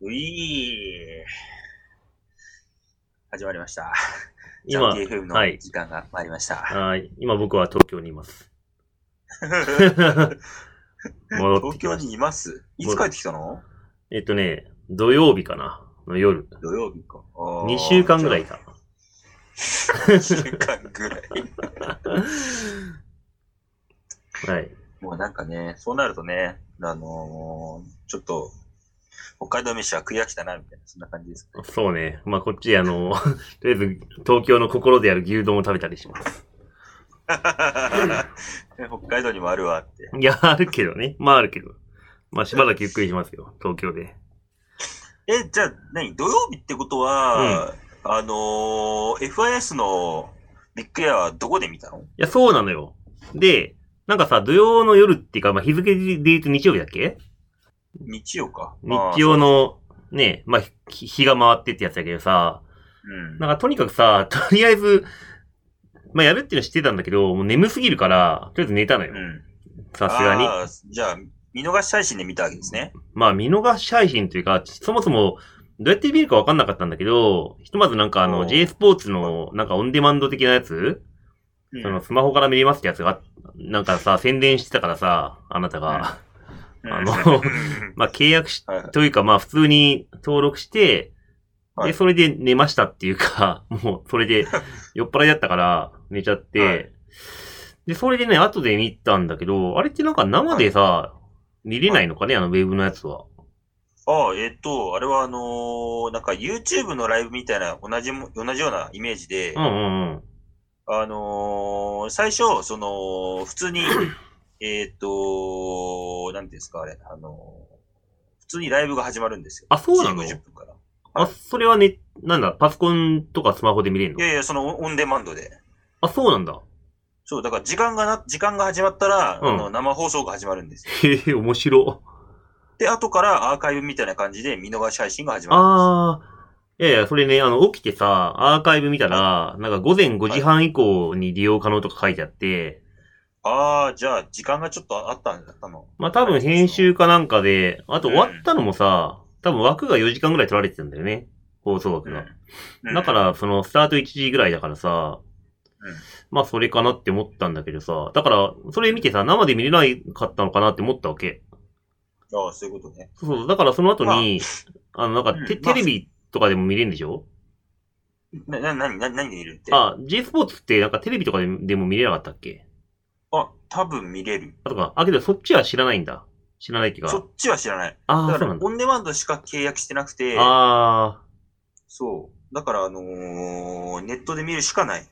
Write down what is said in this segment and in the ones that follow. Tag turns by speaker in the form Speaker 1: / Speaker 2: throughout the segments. Speaker 1: ういー始まりました。ジャ
Speaker 2: 今
Speaker 1: ンキー FM
Speaker 2: は
Speaker 1: の
Speaker 2: い
Speaker 1: 時間が参りました。
Speaker 2: はい。今僕は東京にいます。戻っ
Speaker 1: 東
Speaker 2: てき
Speaker 1: 京
Speaker 2: まし
Speaker 1: にいますいつ帰ってきたの
Speaker 2: た。えっとね、土曜日かなの夜。
Speaker 1: 土曜日か。あー
Speaker 2: 2週間ぐらいい。た。
Speaker 1: 2週間ぐらい。
Speaker 2: はい。
Speaker 1: もうなんかね、そうなるとね、あのー、ちょっと、北海道飯は食い飽きたな、みたいな、そんな感じです かね。
Speaker 2: そうね。まあ、こっち、あの、 とりあえず、東京の心である牛丼を食べたりします。
Speaker 1: 北海道にもあるわって。
Speaker 2: いや、あるけどね。まあ、あるけど。まあ、しばらくゆっくりしますよ。東京で。
Speaker 1: え、じゃあ、何土曜日ってことは、あのー、FIS のビッグエアはどこで見たの
Speaker 2: いや、そうなのよ。で、なんかさ、土曜の夜っていうか、まあ、日付で言うと日曜日だっけ
Speaker 1: 日曜か。
Speaker 2: 日曜
Speaker 1: の。
Speaker 2: の、ね、まあ、ひ日が回ってってやつだけどさ、
Speaker 1: うん。
Speaker 2: なんかとにかくさ、 とりあえず、まあ、やるっていうのは知ってたんだけど、もう眠すぎるから、とりあえず寝たのよ
Speaker 1: う。ん。
Speaker 2: さすがに。
Speaker 1: あーじゃあ、見逃し配信で見たわけですね。
Speaker 2: まあ、見逃し配信というか、そもそも、どうやって見るかわかんなかったんだけど、ひとまずなんかあ
Speaker 1: おう
Speaker 2: の、J スポーツの、なんかオンデマンド的なやつ、
Speaker 1: うん
Speaker 2: そのスマホから見れますってやつが、なんかさ、宣伝してたからさ、あなたが。あ
Speaker 1: う
Speaker 2: の
Speaker 1: ん
Speaker 2: まあ、契約し、
Speaker 1: はい
Speaker 2: というか、まあ、普通に登録して、
Speaker 1: はい
Speaker 2: で、それで寝ましたっていうか、 もう、それで、 酔っ払いだったから、寝ちゃって、
Speaker 1: はい
Speaker 2: で、それでね、後で見たんだけど、あれってなんか生でさ、見れないのかね、あの、ウェブのやつは。
Speaker 1: ああ、えっ、と、あれはあのーなんか YouTube のライブみたいな同じも、同じようなイメージで、
Speaker 2: うんうんうん。
Speaker 1: あのー最初、その、普通に、えっと、なんていうんですか、あれ、あのー普通にライブが始まるんですよ。
Speaker 2: あ、そうなの
Speaker 1: 7時50分から。
Speaker 2: あ、それはね、なんだ、パソコンとかスマホで見れる
Speaker 1: い
Speaker 2: の
Speaker 1: やいや、そのオンデマンドで。
Speaker 2: あ、そうなんだ。
Speaker 1: そう、だから時間がな、時間が始まったら、
Speaker 2: うん
Speaker 1: あの生放送が始まるんですよ。
Speaker 2: へえ、面白。
Speaker 1: で、後からアーカイブみたいな感じで見逃し配信が始まるんですよ。
Speaker 2: あー。いやいや、それね、あの、起きてさ、アーカイブ見たら、なんか午前5時半以降に利用可能とか書いてあって、
Speaker 1: ああ、じゃあ、時間がちょっとあったんだったの。
Speaker 2: まあ多分編集かなんかで、あと終わったのもさ、多分枠が4時間ぐらい取られてたんだよね。放送枠が。
Speaker 1: うん
Speaker 2: だか、ら、その、スタート1時ぐらいだからさ、
Speaker 1: うん
Speaker 2: まあそれかなって思ったんだけどさ、だから、それ見てさ、生で見れないかったのかなって思ったわけ。
Speaker 1: うんああ、そういうことね。
Speaker 2: そうそう、だからその後に、あの、なんかテ、
Speaker 1: うんまあ
Speaker 2: テレビとかでも見れるんでしょ
Speaker 1: な、な、な、な、何で見るって。
Speaker 2: あ、G スポーツってなんかテレビとかででも見れなかったっけ
Speaker 1: あ、多分見れる。
Speaker 2: あとか、あ、けどそっちは知らないんだ。知らないっていう
Speaker 1: そ
Speaker 2: か
Speaker 1: っ。ちは知らない。
Speaker 2: あ
Speaker 1: だ
Speaker 2: あ、
Speaker 1: か
Speaker 2: そう
Speaker 1: ら
Speaker 2: なん、だ。
Speaker 1: オンデマンドしか契約してなくて、
Speaker 2: あ
Speaker 1: そう。だから、あのーネットで見るしかない。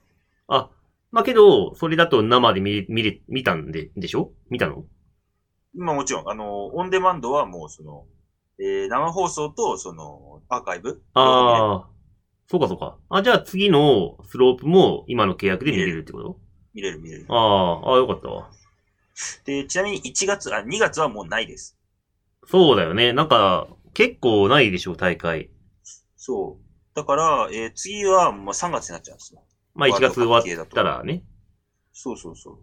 Speaker 2: あ、あ、まあけど、それだと生で見れ、見れ、見たんで、でしょ見たの
Speaker 1: まあもちろん、あのーオンデマンドはもう、その、えー生放送と、その、アーカイブ。あ。
Speaker 2: ああ、そうかそうか。あ、じゃあ次のスロープも今の契約で見れるってこと
Speaker 1: 見れる見れる。
Speaker 2: ああ、ああ、よかったわ。
Speaker 1: で、ちなみに1月、あ、2月はもうないです。
Speaker 2: そうだよね。なんか、結構ないでしょ、大会。
Speaker 1: そう。だから、えー次は、まあ3月になっちゃうんですよ。
Speaker 2: まあ1月終わったらね。
Speaker 1: そうそうそう。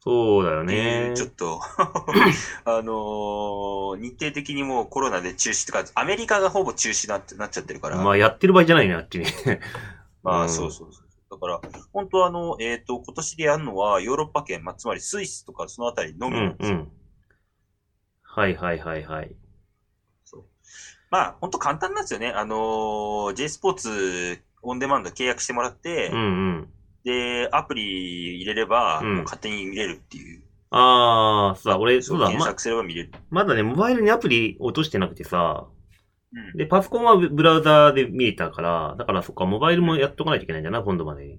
Speaker 2: そうだよ
Speaker 1: ね
Speaker 2: ね。
Speaker 1: ちょっ と、あのー日程的にもうコロナで中止とか、アメリカがほぼ中止なってなっちゃってるから、
Speaker 2: まあやってる場合じゃないね、あっちに。
Speaker 1: まあ
Speaker 2: うん
Speaker 1: そうそうそう。だから、本当はあの、えっ、と、今年でやるのはヨーロッパ圏、まあ、つまりスイスとかそのあたりの
Speaker 2: う
Speaker 1: みなん
Speaker 2: ん、
Speaker 1: です
Speaker 2: う
Speaker 1: よ。
Speaker 2: ん。はいはいはいはい。
Speaker 1: そうまあ、本当簡単なんですよね。あのー J スポーツオンデマンド契約してもらって、
Speaker 2: うんうん。
Speaker 1: で、アプリ入れれば、
Speaker 2: うん
Speaker 1: もう勝手に見れるっていう。
Speaker 2: ああ、そうだ、俺、そうだ、
Speaker 1: 検
Speaker 2: ま、
Speaker 1: 索すれば見れる。
Speaker 2: まだね、モバイルにアプリ落としてなくてさ、
Speaker 1: うん
Speaker 2: で、パソコンはブラウザーで見えたから、だからそっか、モバイルもやっとかないといけないんだな、今度までに。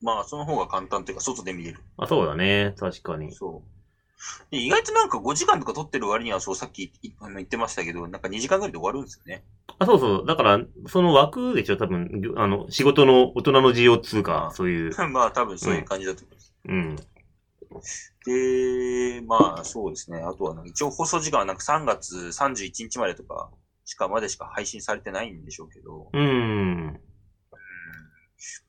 Speaker 1: まあ、その方が簡単というか、外で見れる。
Speaker 2: あ、そうだね。確かに。
Speaker 1: そう。で、意外となんか5時間とか撮ってる割には、そう、さっきいあの言ってましたけど、なんか2時間ぐらいで終わるんですよね。
Speaker 2: あ、そうそう。だから、その枠でしょ多分、ぎょあの、仕事の大人の需要通
Speaker 1: あ
Speaker 2: 貨、そういう。
Speaker 1: まあ、多分そういう感じだと思います。
Speaker 2: うん。
Speaker 1: で、まあ、そうですね。あとはなんか、一応放送時間はなんか3月31日までとか、しかまでしか配信されてないんでしょうけど、
Speaker 2: うん。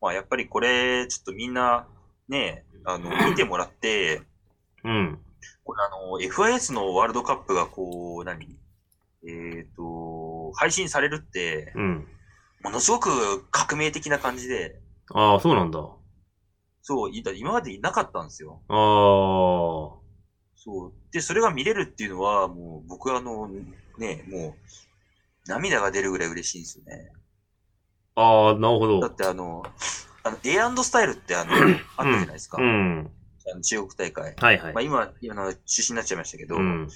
Speaker 1: まあ、やっぱりこれ、ちょっとみんな、ね、あの、見てもらって、
Speaker 2: うん。
Speaker 1: これあの、FIS のワールドカップがこう、何ええっ、と、配信されるって、
Speaker 2: うん。
Speaker 1: ものすごく革命的な感じで、
Speaker 2: ああ、そうなんだ。
Speaker 1: そう、いだ今までいなかったんですよ。
Speaker 2: ああ。
Speaker 1: そう。で、それが見れるっていうのは、もう僕はあの、ね、もう、涙が出るぐらい嬉しいんですよね。
Speaker 2: ああ、なるほ
Speaker 1: だっ
Speaker 2: ど。
Speaker 1: てあの、あの、A& スタイルってあ の、あったじゃないですか。
Speaker 2: うん。
Speaker 1: あの中国大会。
Speaker 2: はいはい
Speaker 1: まあ。今、今の中止になっちゃいましたけど、
Speaker 2: うん。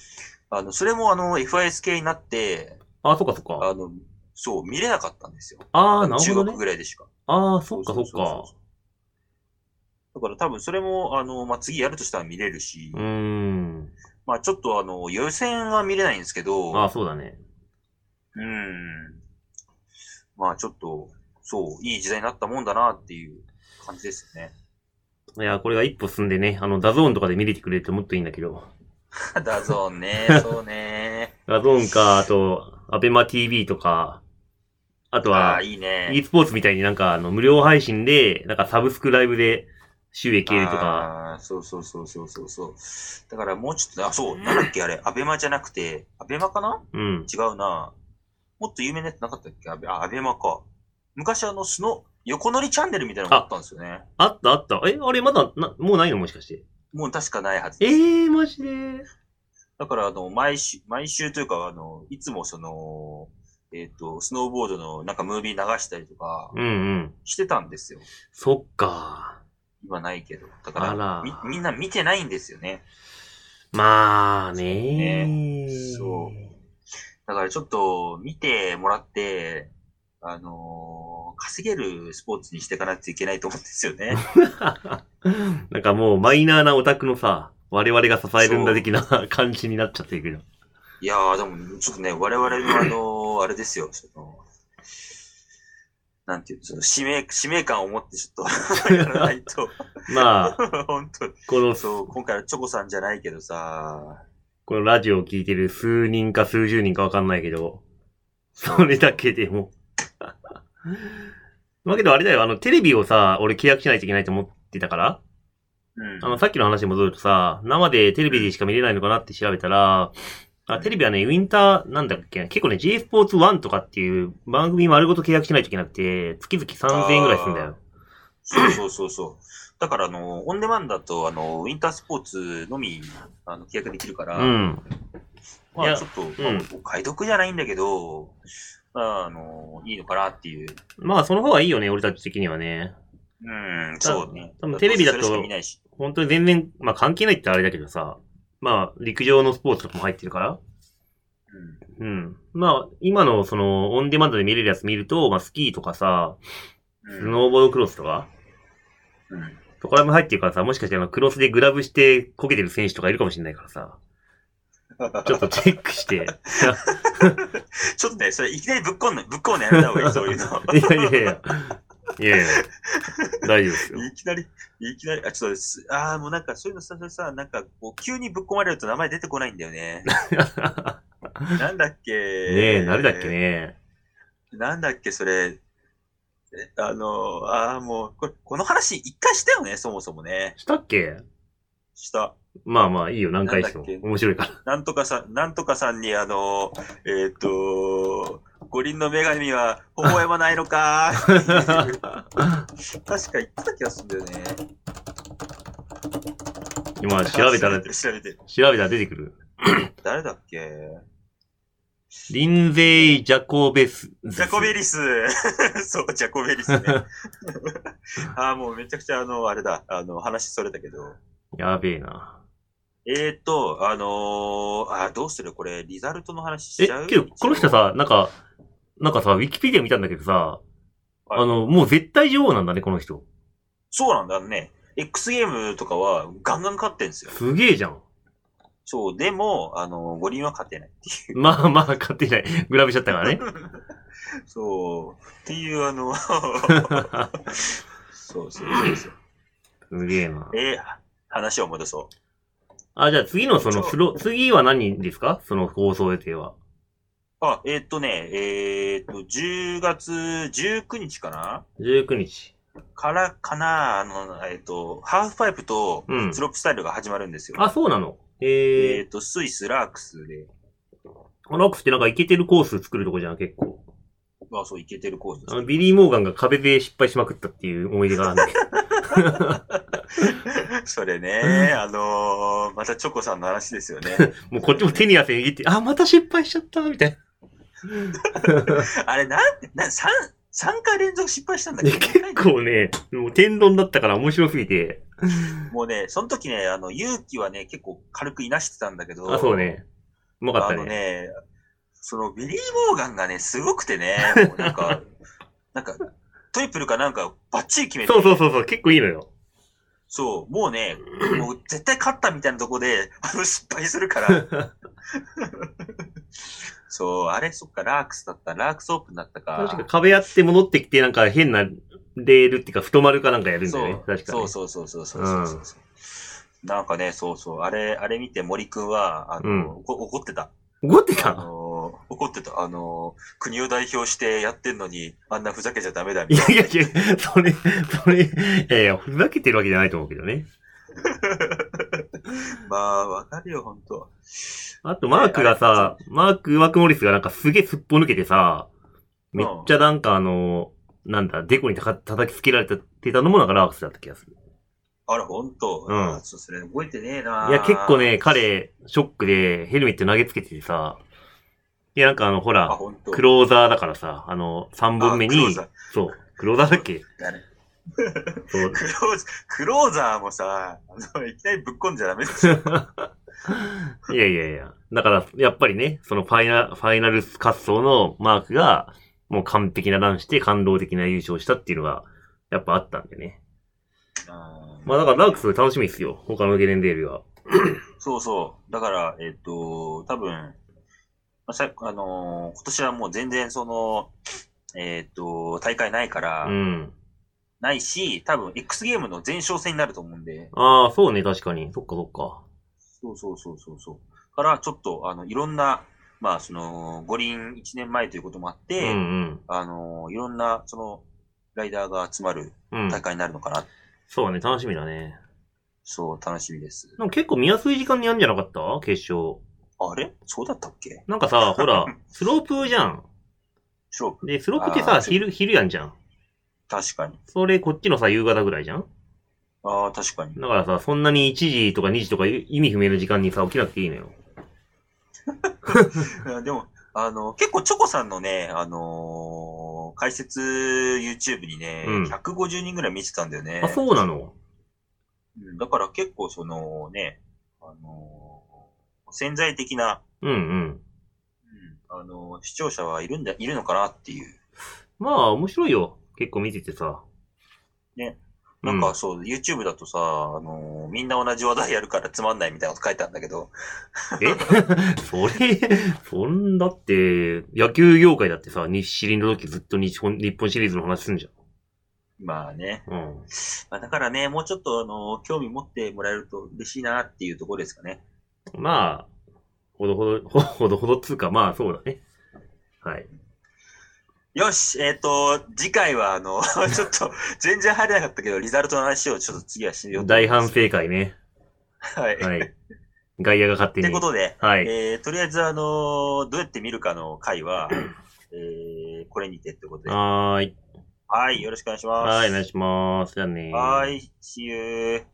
Speaker 1: あの、それもあの、FIS 系になって、
Speaker 2: ああ、そっかそっか。
Speaker 1: あの、そう、見れなかったんですよ。
Speaker 2: ああ、なる
Speaker 1: 中
Speaker 2: ほど
Speaker 1: 学
Speaker 2: ね。
Speaker 1: ぐらいでしか。
Speaker 2: ああ、そっかそっ
Speaker 1: う
Speaker 2: か
Speaker 1: う。う。だから多分それも、あの、まあ、次やるとしたら見れるし、
Speaker 2: うーん。
Speaker 1: まあ、ちょっとあの、予選は見れないんですけど、
Speaker 2: ああ、そうだね。
Speaker 1: うん。まあ、ちょっと、そう、いい時代になったもんだなっていう感じですよね。
Speaker 2: いや、これが一歩進んでね、あの、ダゾーンとかで見れてくれるともっといいんだけど。
Speaker 1: だぞーね、そう ね。
Speaker 2: ダゾーンか、あと、アベマ TV とか、あと
Speaker 1: あ
Speaker 2: は
Speaker 1: あ、、いいね。
Speaker 2: e スポーツみたいになんか、あの、無料配信で、なんかサブスクライブで収益得るとか。
Speaker 1: あーそうそうそうそうそうそう。だからもうちょっと、あ、そう、なんだっけあれ、アベマじゃなくて、アベマかな
Speaker 2: うん。
Speaker 1: 違うな。もっと有名なやつなかったっけアベあ、アベマか。昔あの、スノ、横乗りチャンネルみたいなのがあったんですよね。
Speaker 2: あったあった。え、あれまだ、な、もうないのもしかして。
Speaker 1: もう確かないはず。
Speaker 2: えー、マジで。
Speaker 1: だからあの、毎週、毎週というか、あの、いつもその、えっ、と、スノーボードのなんかムービー流したりとか
Speaker 2: うんうん。
Speaker 1: してたんですよ。
Speaker 2: そっか。
Speaker 1: 今ないけど。だ
Speaker 2: あ
Speaker 1: から
Speaker 2: ら
Speaker 1: み、みんな見てないんですよね。
Speaker 2: まあね
Speaker 1: そうだからちょっと見てもらって、あのー稼げるスポーツにしていかなきゃいけないと思うんですよ ね。
Speaker 2: なんかもうマイナーなオタクのさ、我々が支えるんだ的な 感じになっちゃってるけど。
Speaker 1: いやー、でもちょっとね、我々のあのーあれですよ、その、なんていうの、その使命、使命感を持ってちょっと やらないと、
Speaker 2: まあ、
Speaker 1: 本当
Speaker 2: この、
Speaker 1: そう、今回はチョコさんじゃないけどさ、
Speaker 2: このラジオを聞いてる数人か数十人かわかんないけど、 それだけでも。 まあけどあれだよ、あの、テレビをさ、俺契約しないといけないと思ってたから、
Speaker 1: うん。
Speaker 2: あの、さっきの話に戻るとさ、生でテレビでしか見れないのかなって調べたら、あテレビはね、ウィンター、なんだっけな、結構ね、J スポーツ1とかっていう番組丸ごと契約しないといけなくて、月々3000円ぐらいするんだよ。
Speaker 1: そうそうそうそう。だからあの、オンデマンドだと、あの、ウィンタースポーツのみ、あの、契約できるから、
Speaker 2: うん。い
Speaker 1: まあ
Speaker 2: や
Speaker 1: ちょっと、まあ
Speaker 2: うん
Speaker 1: お買い得じゃないんだけど、まあ、あの、いいのかなっていう。
Speaker 2: まあ、その方がいいよね、俺たち的にはね。
Speaker 1: うん、そうね。
Speaker 2: 多分テレビだ
Speaker 1: そ
Speaker 2: と
Speaker 1: れしか見ないし。
Speaker 2: 本当に全然、まあ関係ないってあれだけどさ、まあ、陸上のスポーツとかも入ってるから。
Speaker 1: うん
Speaker 2: うん。まあ、今のその、オンデマンドで見れるやつ見ると、まあ、スキーとかさ、
Speaker 1: う
Speaker 2: ス
Speaker 1: ん
Speaker 2: ノーボードクロスとか、
Speaker 1: うん
Speaker 2: そこら辺も入ってるからさ、もしかしてあの、クロスでグラブしてこけてる選手とかいるかもしれないからさ、ちょっとチェックして。い
Speaker 1: ちょっとね、それいきなりぶっこんの、ぶっこんのやめた方がいい、そう いうの。
Speaker 2: やいやいや。いやいや。大丈夫ですよ。
Speaker 1: いきなり、いきなり、あ、ちょっとす、ああ、もうなんかそういうのさ、さ、さ、なんかこう、急にぶっ込まれると名前出てこないんだよ ね。なんだっけ
Speaker 2: ねえ、誰だっけね。
Speaker 1: なんだっけ、それ。えあの、ああ、もう、これ、この話一回したよね、そもそもね。
Speaker 2: したっけ
Speaker 1: した。
Speaker 2: まあまあいいよ、何回しても
Speaker 1: なんだっ。け
Speaker 2: 面白いから。
Speaker 1: なんとかさん、なんとかさんに、あの、えっ、と、五輪の女神は微笑まないの か確か言ってた気がするんだよね。
Speaker 2: 今調べたら
Speaker 1: 調べて、る、調べてる。
Speaker 2: 調べたら出てくる。
Speaker 1: 誰だっけ
Speaker 2: リンゼイ・ジャコベス。
Speaker 1: ジャコベリス。 そう、ジャコベ リスね。ああ、もうめちゃくちゃ、あの、あれだ、あの、話それだけど。
Speaker 2: やべえな。
Speaker 1: えーと、あのー、あー、どうするこれ、リザルトの話し
Speaker 2: え
Speaker 1: ちゃう、
Speaker 2: けど、この人、さ、なんか、なんかさ、ウィキペディア見たんだけどさ、あの、もう絶対女王なんだね、この人。
Speaker 1: そうなんだね。X ゲームとかはガンガン勝ってんですよ。
Speaker 2: すげえじゃん。
Speaker 1: そう、でも、あの、五輪は勝てないっていう。
Speaker 2: まあまあ、勝手にない。グラビしちゃっ たからね。
Speaker 1: そう、っていう、あ の、そうそうそうそう。
Speaker 2: すげえな。
Speaker 1: えー話を戻そう。
Speaker 2: あ、じゃあ次のそのスロ、次は何ですかその放送予定は。
Speaker 1: あ、えーっとね、えーっと、10月19日かな
Speaker 2: 19日。
Speaker 1: から、かなあの、えーっと、ハーフパイプと
Speaker 2: うん
Speaker 1: スロープスタイルが始まるんですよ。
Speaker 2: あ、そうなの。
Speaker 1: え
Speaker 2: え
Speaker 1: ーっと、スイス、ラークスで。
Speaker 2: ー、あのアクスってなんかイケてるコース作るとこじゃん、結構。
Speaker 1: まあそう、いけてるコースで
Speaker 2: あ
Speaker 1: す
Speaker 2: の、ビリー・モーガンが壁で失敗しまくったっていう思い出がある んだけど。
Speaker 1: それね、あのーまたチョコさんの話ですよ ね。
Speaker 2: もうこっちも手に汗握って、あ、また失敗しちゃった、みたいな。
Speaker 1: あれ、なん、な、三、三回連続失敗したんだっ
Speaker 2: で
Speaker 1: け
Speaker 2: 結構ね、もう天丼だったから面白すぎて。
Speaker 1: もうね、その時ね、あの、勇気はね、結構軽くいなしてたんだけど、
Speaker 2: あ、そうね。うまかっ
Speaker 1: あ
Speaker 2: た
Speaker 1: の
Speaker 2: ね。
Speaker 1: ね、そのビリー・モーガンがね、すごくて ね、もうなんか、なんか、トリプルかなんかバッチリ決めて、
Speaker 2: そうそうそうそう、結構いいのよ。
Speaker 1: そう、もう ね、もう絶対勝ったみたいなとこで、あの失敗するから、 そう、あれ、そっか、ラークスだった、ラークスオープンだったか。
Speaker 2: 確か壁やって戻ってきて、なんか変なレールっていうか太丸かなんかやるんだよね。確か
Speaker 1: そう
Speaker 2: に。
Speaker 1: そうそうそうそうそうそうそう、なんかね、そうそう、あれ、あれ見て森くんは、あの、
Speaker 2: うん
Speaker 1: おこ怒ってた。
Speaker 2: 怒って
Speaker 1: あ
Speaker 2: た
Speaker 1: のー怒ってた。あのー国を代表してやってんのに、あんなふざけちゃダメだ、
Speaker 2: い
Speaker 1: み
Speaker 2: や
Speaker 1: たい
Speaker 2: いやいや、それ、それ、いやいや、ふざけてるわけじゃないと思うけどね。
Speaker 1: な。まあ、わかるよ、ほんと。
Speaker 2: あと、マークがさ、マーク、マークモリスがなんかすげえすっぽ抜けてさ、めっちゃなんかあの、なんだ、デコにたか叩きつけられてたのもなんかラークスだった気がする。
Speaker 1: あら、ほんと。
Speaker 2: うん
Speaker 1: あーそうそれ、覚えてねえない
Speaker 2: や、結構。ね、彼、ショックでヘルメット投げつけててさ、いや、なんかあの、ほ
Speaker 1: あ、
Speaker 2: ら、
Speaker 1: ほんと。
Speaker 2: クローザーだからさ、あの、3本目
Speaker 1: あクロー
Speaker 2: に
Speaker 1: ザー、
Speaker 2: そう、クローザーだっけ
Speaker 1: だね
Speaker 2: そう。
Speaker 1: クローザー、クローザーもさ、あの、いきなりぶっこんじゃダメ ですよ。
Speaker 2: いやいやいや。だから、やっぱりね、そのファイナ、ファイナル滑走のマークが、もう完璧なランして感動的な優勝したっていうのが、やっぱあったんでね。
Speaker 1: あー
Speaker 2: まあだから、ラークス楽しみですよ。他のゲレンデよりは。
Speaker 1: そうそう。だから、えっ、と、多分、まあ、さあのー今年はもう全然その、えっ、と、大会ないから、
Speaker 2: うん。
Speaker 1: ないし、多分 X ゲームの前哨戦になると思うんで、
Speaker 2: ああ、そうね、確かに。そっかそっか。
Speaker 1: そうそうそうそうそう。から、ちょっと、あの、いろんな、まあ、その、五輪1年前ということもあっ
Speaker 2: うん
Speaker 1: て、
Speaker 2: うん。
Speaker 1: あのーいろんな、その、ライダーが集まる
Speaker 2: うん。
Speaker 1: 大会になるのかな。
Speaker 2: そうね、楽しみだね。
Speaker 1: そう、楽しみです。
Speaker 2: なんか結構見やすい時間にやるんじゃなかった決勝。
Speaker 1: あれそうだったっけ
Speaker 2: なんかさ、ほら、スロープじゃん。
Speaker 1: 勝負。
Speaker 2: で、スロープってさ、
Speaker 1: あー
Speaker 2: 昼、昼やんじゃん。
Speaker 1: 確かに。
Speaker 2: それ、こっちのさ、夕方ぐらいじゃん
Speaker 1: ああ、確かに。
Speaker 2: だからさ、そんなに1時とか2時とか意味不明の時間にさ、起きなくていいのよ。
Speaker 1: いや でも、あの、結構チョコさんのね、あのー解説 YouTube にね、
Speaker 2: うん
Speaker 1: 150人ぐらい見てたんだよね。
Speaker 2: あ、そうなの
Speaker 1: うんだから結構そのね、あのー潜在的な、
Speaker 2: うんうん。
Speaker 1: うんあのー視聴者はいるんだ、いるのかなっていう。
Speaker 2: まあ、面白いよ。結構見ててさ。
Speaker 1: ね。
Speaker 2: う
Speaker 1: なん
Speaker 2: ん
Speaker 1: かそう、YouTube だとさ、あのーみんな同じ話題やるからつまんないみたいなこと書いてあるんだけど、
Speaker 2: え それ、そんだって、野球業界だってさ、日シリの時ずっと日本、日本シリーズの話すんじ
Speaker 1: まあね。
Speaker 2: ゃん。うん。
Speaker 1: まあ、だからね、もうちょっとあのー興味持ってもらえると嬉しいなっていうところですかね。
Speaker 2: まあ、ほどほど、ほほどほどっつうか、まあそうだね。はい。
Speaker 1: よし、えっ、と、次回は、あの、 ちょっと、全然入れなかったけど、リザルトの話をちょっと次はしようと思
Speaker 2: 大
Speaker 1: いま
Speaker 2: 反
Speaker 1: す。
Speaker 2: 省会ね。
Speaker 1: はい。っ
Speaker 2: はい。外野が勝手に。
Speaker 1: てことで、
Speaker 2: はい。
Speaker 1: えー、とりあえず、あのーどうやって見るかの回は、えー、これにてってことで。
Speaker 2: はーい。
Speaker 1: はい、よろしくお願いします。
Speaker 2: はい、お願いします。じゃあねー。
Speaker 1: はい、See you.